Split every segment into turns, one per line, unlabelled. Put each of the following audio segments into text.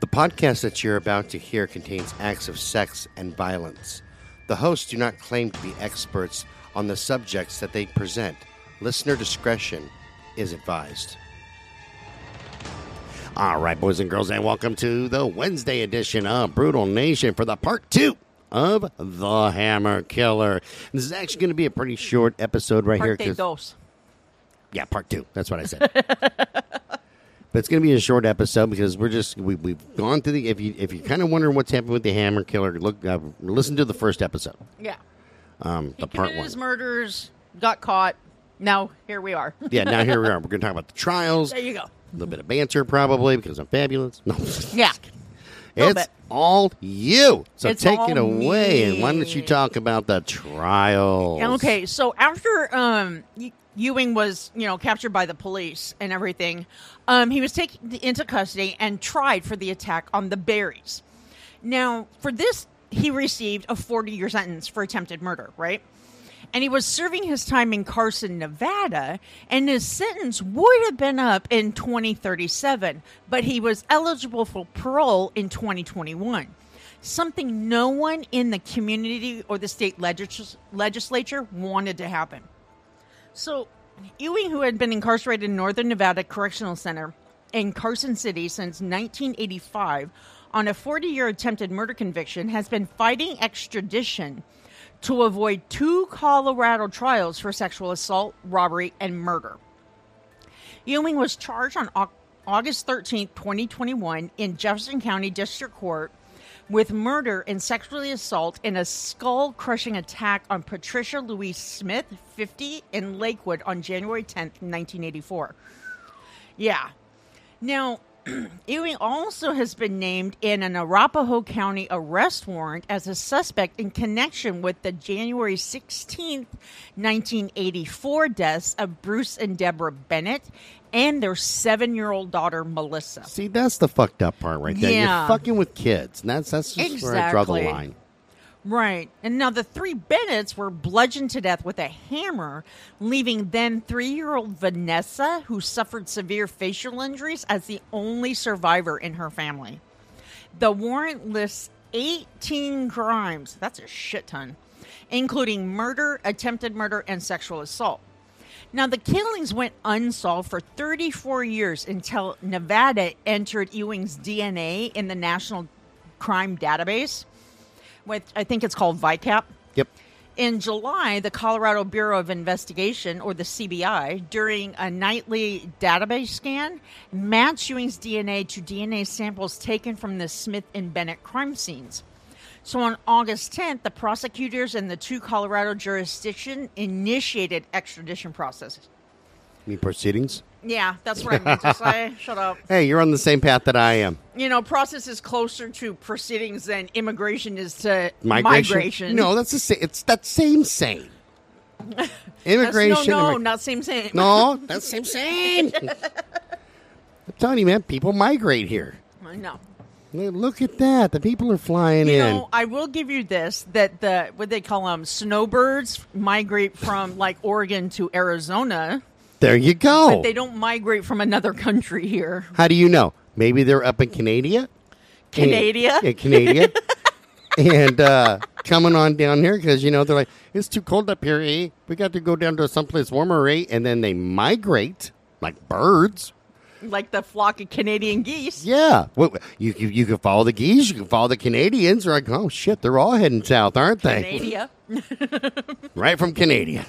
The podcast that you're about to hear contains acts of sex and violence. The hosts do not claim to be experts on the subjects that they present. Listener discretion is advised. All right, boys and girls, and welcome to the Wednesday edition of Brutal Nation for the part two of The Hammer Killer. This is actually going to be a pretty short episode right here.
Parte
'cause-
dos.
yeah, part two. That's what I said. but it's going to be a short episode because we're just we, we've gone through the. If you if you kind of wondering what's happened with the Hammer Killer, look, uh, listen to the first episode,
Yeah.
um,
He
the part
committed
one.
his murders, got caught. Now here we are.
yeah, now here we are. We're going to talk about the trials,
there
a
you go.
little bit of banter probably because I'm fabulous. No,
Yeah.
it's
bit.
all you. So
It's
take
all
it away, and why
me.
don't you talk about the trials?
Okay, so after um, Y- Ewing was, you know, captured by the police and everything, um, he was taken into custody and tried for the attack on the Berries. Now, for this, he received a 40 year sentence for attempted murder, right? And he was serving his time in Carson, Nevada, and his sentence would have been up in 2037, but he was eligible for parole in 2021 something no one in the community or the state legis- legislature wanted to happen. So, Ewing, who had been incarcerated in Northern Nevada Correctional Center in Carson City since 1985 on a 40 year attempted murder conviction, has been fighting extradition to avoid two Colorado trials for sexual assault, robbery, and murder. Ewing was charged on Au- August 13, 2021, in Jefferson County District Court with murder and sexually assault in a skull crushing attack on Patricia Louise Smith, 50, in Lakewood on January 10, 1984. Yeah. Now, Ewing also has been named in an Arapahoe County arrest warrant as a suspect in connection with the January 16th, 1984 deaths of Bruce and Deborah Bennett and their seven year old daughter, Melissa.
See, that's the fucked up part right there. You're
Yeah.
fucking with kids, and that's that's just where I draw the
Exactly.
line.
Right. And now the three Bennetts were bludgeoned to death with a hammer, leaving then three year old Vanessa, who suffered severe facial injuries, as the only survivor in her family. The warrant lists 18 crimes. That's a shit ton, including murder, attempted murder, and sexual assault. Now, the killings went unsolved for 34 years until Nevada entered Ewing's DNA in the National Crime Database with I think it's called VICAP.
Yep.
In July, the Colorado Bureau of Investigation, or the CBI, during a nightly database scan, matched Ewing's DNA to DNA samples taken from the Smith and Bennett crime scenes. So on August 10th, the prosecutors and the two Colorado jurisdiction initiated extradition processes.
You mean proceedings?
Yeah, that's what I meant to say. Shut up.
Hey, you're on the same path that I am.
You know, process is closer to proceedings than immigration is to
migration.
migration.
No, that's the same. It's that same same. Immigration.
That's, no, no,
immig-
not same same.
no, that's same same. I'm telling you, man, people migrate here.
no.
Look at that. The people are flying
You
in.
know, I will give you this: that the what they call them snowbirds migrate from like Oregon to Arizona,
there you go.
but they don't migrate from another country here.
How do you know? Maybe they're up in Canada.
Canada?
And, yeah, Canada. and uh, coming on down here because, you know, they're like, it's too cold up here, eh? We got to go down to someplace warmer, eh? And then they migrate like birds.
Like the flock of Canadian geese.
Yeah, well, you, you you can follow the geese, you can follow the Canadians. They're like, oh shit, they're all heading south, aren't they?
Canada.
Right from Canada.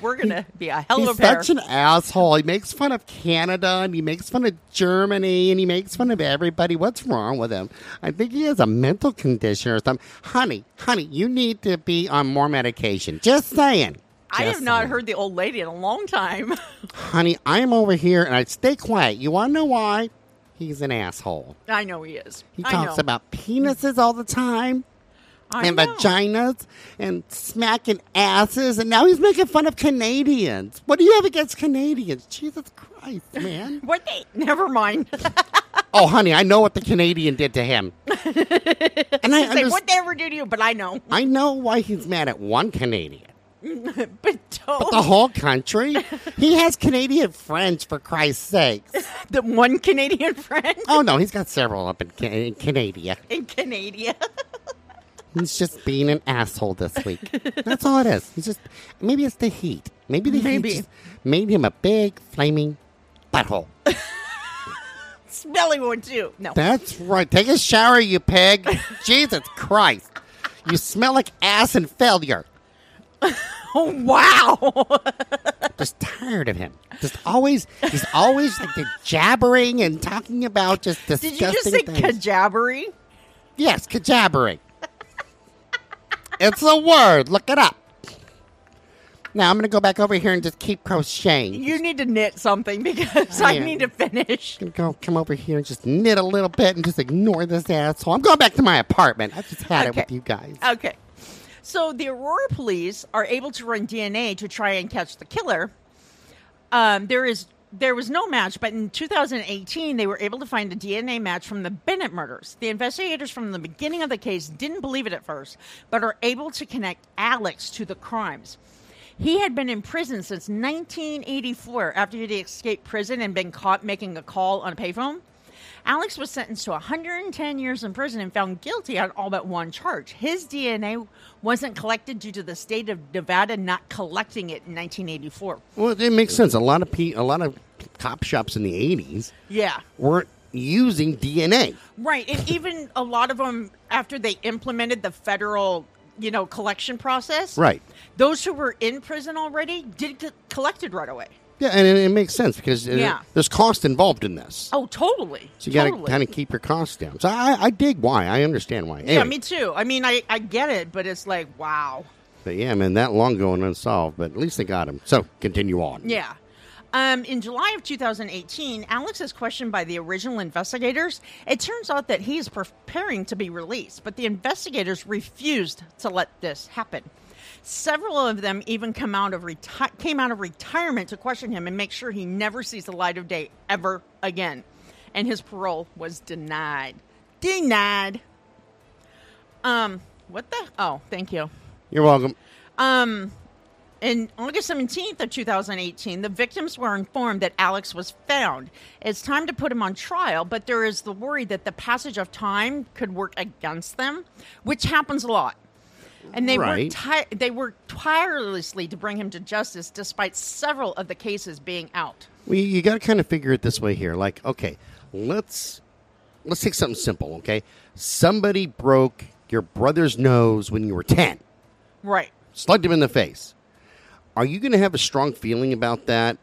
We're gonna be a hell
He's
of a pair.
such an asshole. He makes fun of Canada and he makes fun of Germany and he makes fun of everybody. What's wrong with him? I think he has a mental condition or something. Honey, honey, you need to be on more medication. Just saying.
I
Just
have not
saying.
heard the old lady in a long time.
Honey, I am over here and I stay quiet. You want to know why? He's an asshole.
I know he is.
He
I
talks
know.
about penises all the time.
I
and
know.
vaginas and smacking asses, and now he's making fun of Canadians. What do you have against Canadians? Jesus Christ, man!
What they? Never mind.
oh, honey, I know what the Canadian did to him, and I
Say
understand.
what they ever do to you, but I know.
I know why he's mad at one Canadian.
Bateau,
The whole country? he has Canadian French, for Christ's sakes.
the one Canadian friend
Oh, no, he's got several up in, Ca- in Canada.
in Canada.
He's just being an asshole this week. That's all it is. He's just maybe it's the heat. Maybe the
Maybe.
heat just made him a big flaming butthole.
Smelly one too. No.
That's right. Take a shower, you pig. Jesus Christ. You smell like ass and failure.
Oh wow.
Just tired of him. Just always he's always like the jabbering and talking about just disgusting
Did you just say
things.
kajabbery?
Yes, kajabbering. it's a word. Look it up. Now I'm going to go back over here and just keep crocheting.
You need to knit something because I
am.
need to finish.
I'm going to come over here and just knit a little bit and just ignore this asshole. I'm going back to my apartment. I just had it
Okay. Uh,
with you guys.
Okay. So the Aurora police are able to run DNA to try and catch the killer. Um, there is there was no match, but in 2018 they were able to find a DNA match from the Bennett murders. The investigators from the beginning of the case didn't believe it at first, but are able to connect Alex to the crimes. He had been in prison since 1984 after he'd escaped prison and been caught making a call on a payphone. Alex was sentenced to 110 years in prison and found guilty on all but one charge. His DNA wasn't collected due to the state of Nevada not collecting it in 1984.
Well, it makes sense. A lot of pe- a lot of cop shops in the 80s
Yeah.
weren't using DNA.
Right. And even a lot of them, after they implemented the federal, you know, collection process,
Right.
those who were in prison already did get collected right away.
Yeah, and it, it makes sense because uh,
Yeah.
there's cost involved in this.
Oh, totally.
So you got to
totally.
kind of keep your costs down. So I, I dig why. I understand why.
yeah,
Anyway.
me too. I mean, I, I get it, but it's like, wow.
But yeah, man, that long going unsolved, but at least they got him. So continue on.
Yeah. Um, in July of 2018, Alex is questioned by the original investigators. It turns out that he is preparing to be released, but the investigators refused to let this happen. Several of them even come out of reti- came out of retirement to question him and make sure he never sees the light of day ever again. And his parole was denied. Denied. Um, what the? Oh, thank you.
You're welcome.
Um, in August 17th of 2018, the victims were informed that Alex was found. It's time to put him on trial, but there is the worry that the passage of time could work against them, which happens a lot. And they
Right.
worked ti- they worked tirelessly to bring him to justice, despite several of the cases being out.
Well, you, you got to kind of figure it this way here. Like, okay, let's let's take something simple. Okay, somebody broke your brother's nose when you were ten,
Right.
slugged him in the face. Are you going to have a strong feeling about that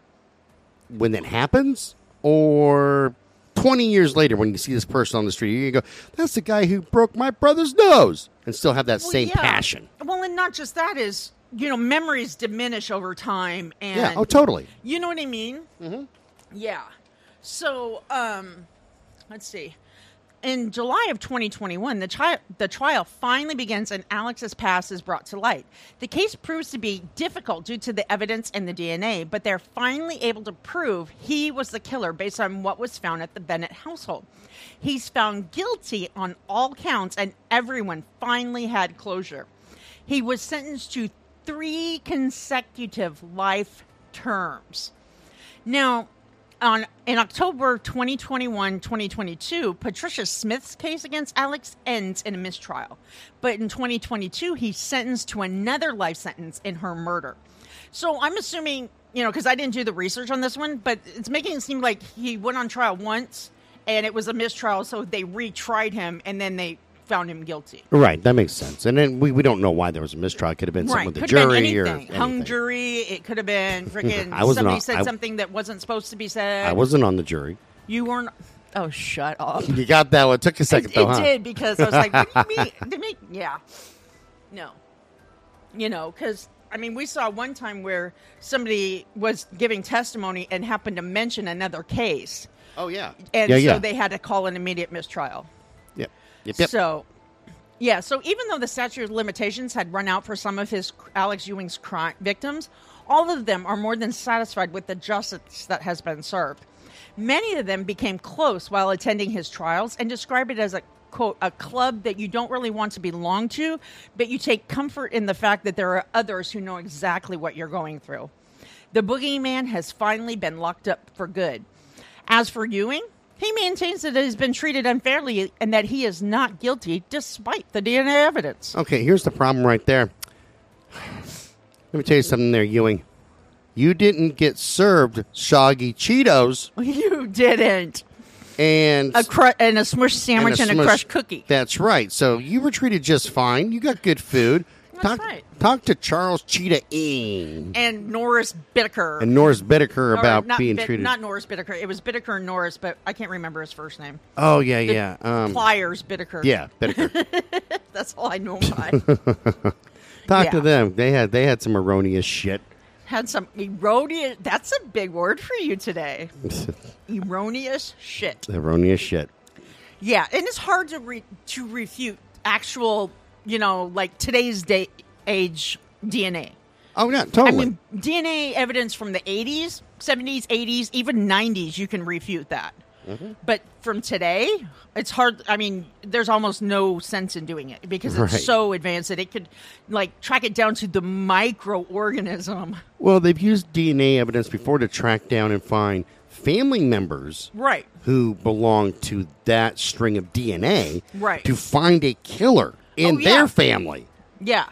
when that happens, or twenty years later when you see this person on the street, you go, "That's the guy who broke my brother's nose," and still have that
Well,
same
yeah.
passion?
Well, and not just that is you know memories diminish over time, and
Yeah. Oh, totally.
You know what I mean? Mm-hmm. Yeah. So, um, let's see. In July of 2021, the, tri- the trial finally begins and Alex's past is brought to light. The case proves to be difficult due to the evidence and the DNA, but they're finally able to prove he was the killer based on what was found at the Bennett household. He's found guilty on all counts, and everyone finally had closure. He was sentenced to three consecutive life terms. Now, on in October 2021, 2022, Patricia Smith's case against Alex ends in a mistrial. But in 2022, he's sentenced to another life sentence in her murder. So I'm assuming, you know, because I didn't do the research on this one, but it's making it seem like he went on trial once and it was a mistrial, so they retried him and then they found him guilty.
Right, that makes sense. And then we, we don't know why there was a mistrial. It could have been something with the
Right, could have been
jury or
anything. Hung
anything.
jury. It could have been freaking.
I wasn't
somebody
on-
said
I-
something that wasn't supposed to be said.
I wasn't on the jury.
You weren't. Oh, shut up.
You got that one. Took a second
it
though, huh?
did because I was like, what do you mean? They make, yeah. No. You know, because, I mean, we saw one time where somebody was giving testimony and happened to mention another case.
Oh yeah.
And
yeah,
so
yeah.
they had to call an immediate mistrial.
Yep. Yep. yep.
So, yeah. So even though the statute of limitations had run out for some of his Alex Ewing's crime victims, all of them are more than satisfied with the justice that has been served. Many of them became close while attending his trials and describe it as a quote, a club that you don't really want to belong to, but you take comfort in the fact that there are others who know exactly what you're going through. The boogeyman has finally been locked up for good. As for Ewing, he maintains that he's been treated unfairly and that he is not guilty despite the DNA evidence.
Okay, here's the problem right there. Let me tell you something there, Ewing. You didn't get served soggy Cheetos
you didn't.
and
A cru- and a smush sandwich and a,
smush-
crushed cookie.
That's right. So you were treated just fine. You got good food.
That's
talk,
right.
talk to Charles Cheetah Ing
and Norris Bittaker.
and Norris Bittaker
Or
about
not
being
Bit-
treated.
Not Norris Bittaker. It was Bittaker and Norris, but I can't remember his first name.
oh yeah, yeah, um,
Pliers Bittaker.
yeah. Bittaker.
That's all I know him by.
Talk
Yeah.
to them. They had they had some erroneous shit.
Had some erroneous. That's a big word for you today. Erroneous shit.
erroneous shit.
Yeah, and it's hard to re- to refute actual, you know, like today's day age DNA.
Oh yeah, totally.
I mean, DNA evidence from the 80s, 70s, 80s, even 90s, you can refute that.
Mm-hmm.
But from today, it's hard. I mean, there's almost no sense in doing it because it's
Right.
so advanced that it could, like, track it down to the microorganism.
well, they've used DNA evidence before to track down and find family members
Right.
who belong to that string of DNA
Right.
to find a killer in
Oh, yeah.
their family.
Yeah.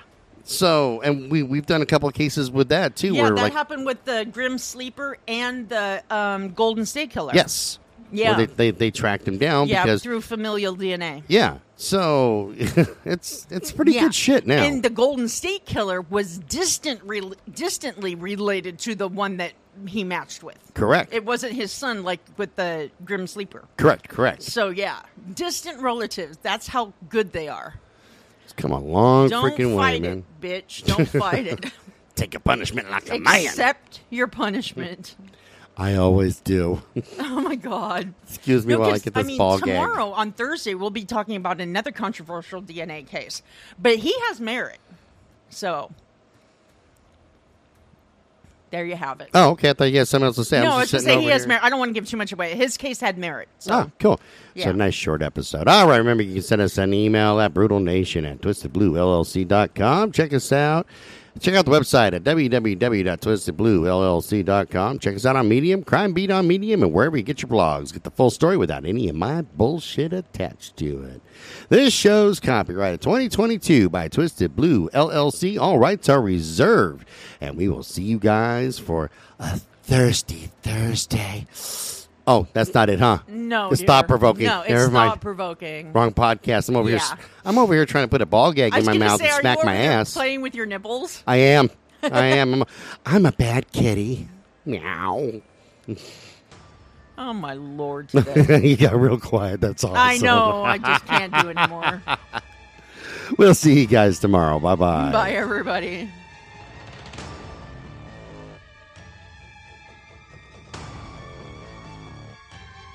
So, and we we've done a couple of cases with that too.
Yeah,
where
that
like,
happened with the Grim Sleeper and the um, Golden State Killer.
yes,
Yeah.
Well, they, they they tracked him down
Yeah,
because
through familial DNA.
yeah. So it's it's pretty
Yeah.
good shit now.
And the Golden State Killer was distant, rel distantly related to the one that he matched with.
correct,
It wasn't his son, like with the Grim Sleeper.
correct, correct.
So yeah, distant relatives. That's how good they are.
It's come a long
Don't
freaking way,
fight
man.
it, bitch. Don't fight it.
Take a punishment like a man.
Accept your punishment.
I always do.
Oh my god.
Excuse me
No,
while I
'cause,
get this
I mean,
ball game.
tomorrow on Thursday we'll be talking about another controversial DNA case, but he has merit. So there you have it.
Oh, okay. I thought you had something else to say.
no, I
I'm
was
just
gonna
sitting
say he
over
has
here.
merit. I don't want to give too much away. His case had merit. So
Ah, cool.
Yeah.
So nice short episode. All right, remember you can send us an email at brutalnation at twistedbluellc.com. Check us out. Check out the website at www.twistedbluellc.com. Check us out on Medium, Crime Beat on Medium, and wherever you get your blogs. Get the full story without any of my bullshit attached to it. This show's copyrighted 2022 by Twisted Blue LLC. All rights are reserved. And we will see you guys for a thirsty Thursday. Oh, that's not it, huh?
no,
It's
dear.
thought provoking.
No, it's
Never mind.
thought provoking.
Wrong podcast. I'm over
Yeah.
here. I'm over here trying to put a ball gag
I
in
was
my
gonna
mouth
say,
and
are
smack
you
my
over here
ass.
playing with your nipples.
I am. I am. I'm a, I'm a bad kitty. Meow.
Oh my lord! Today.
you got real quiet. That's awesome.
I know. I just can't do anymore.
We'll see you guys tomorrow. Bye bye.
Bye, everybody.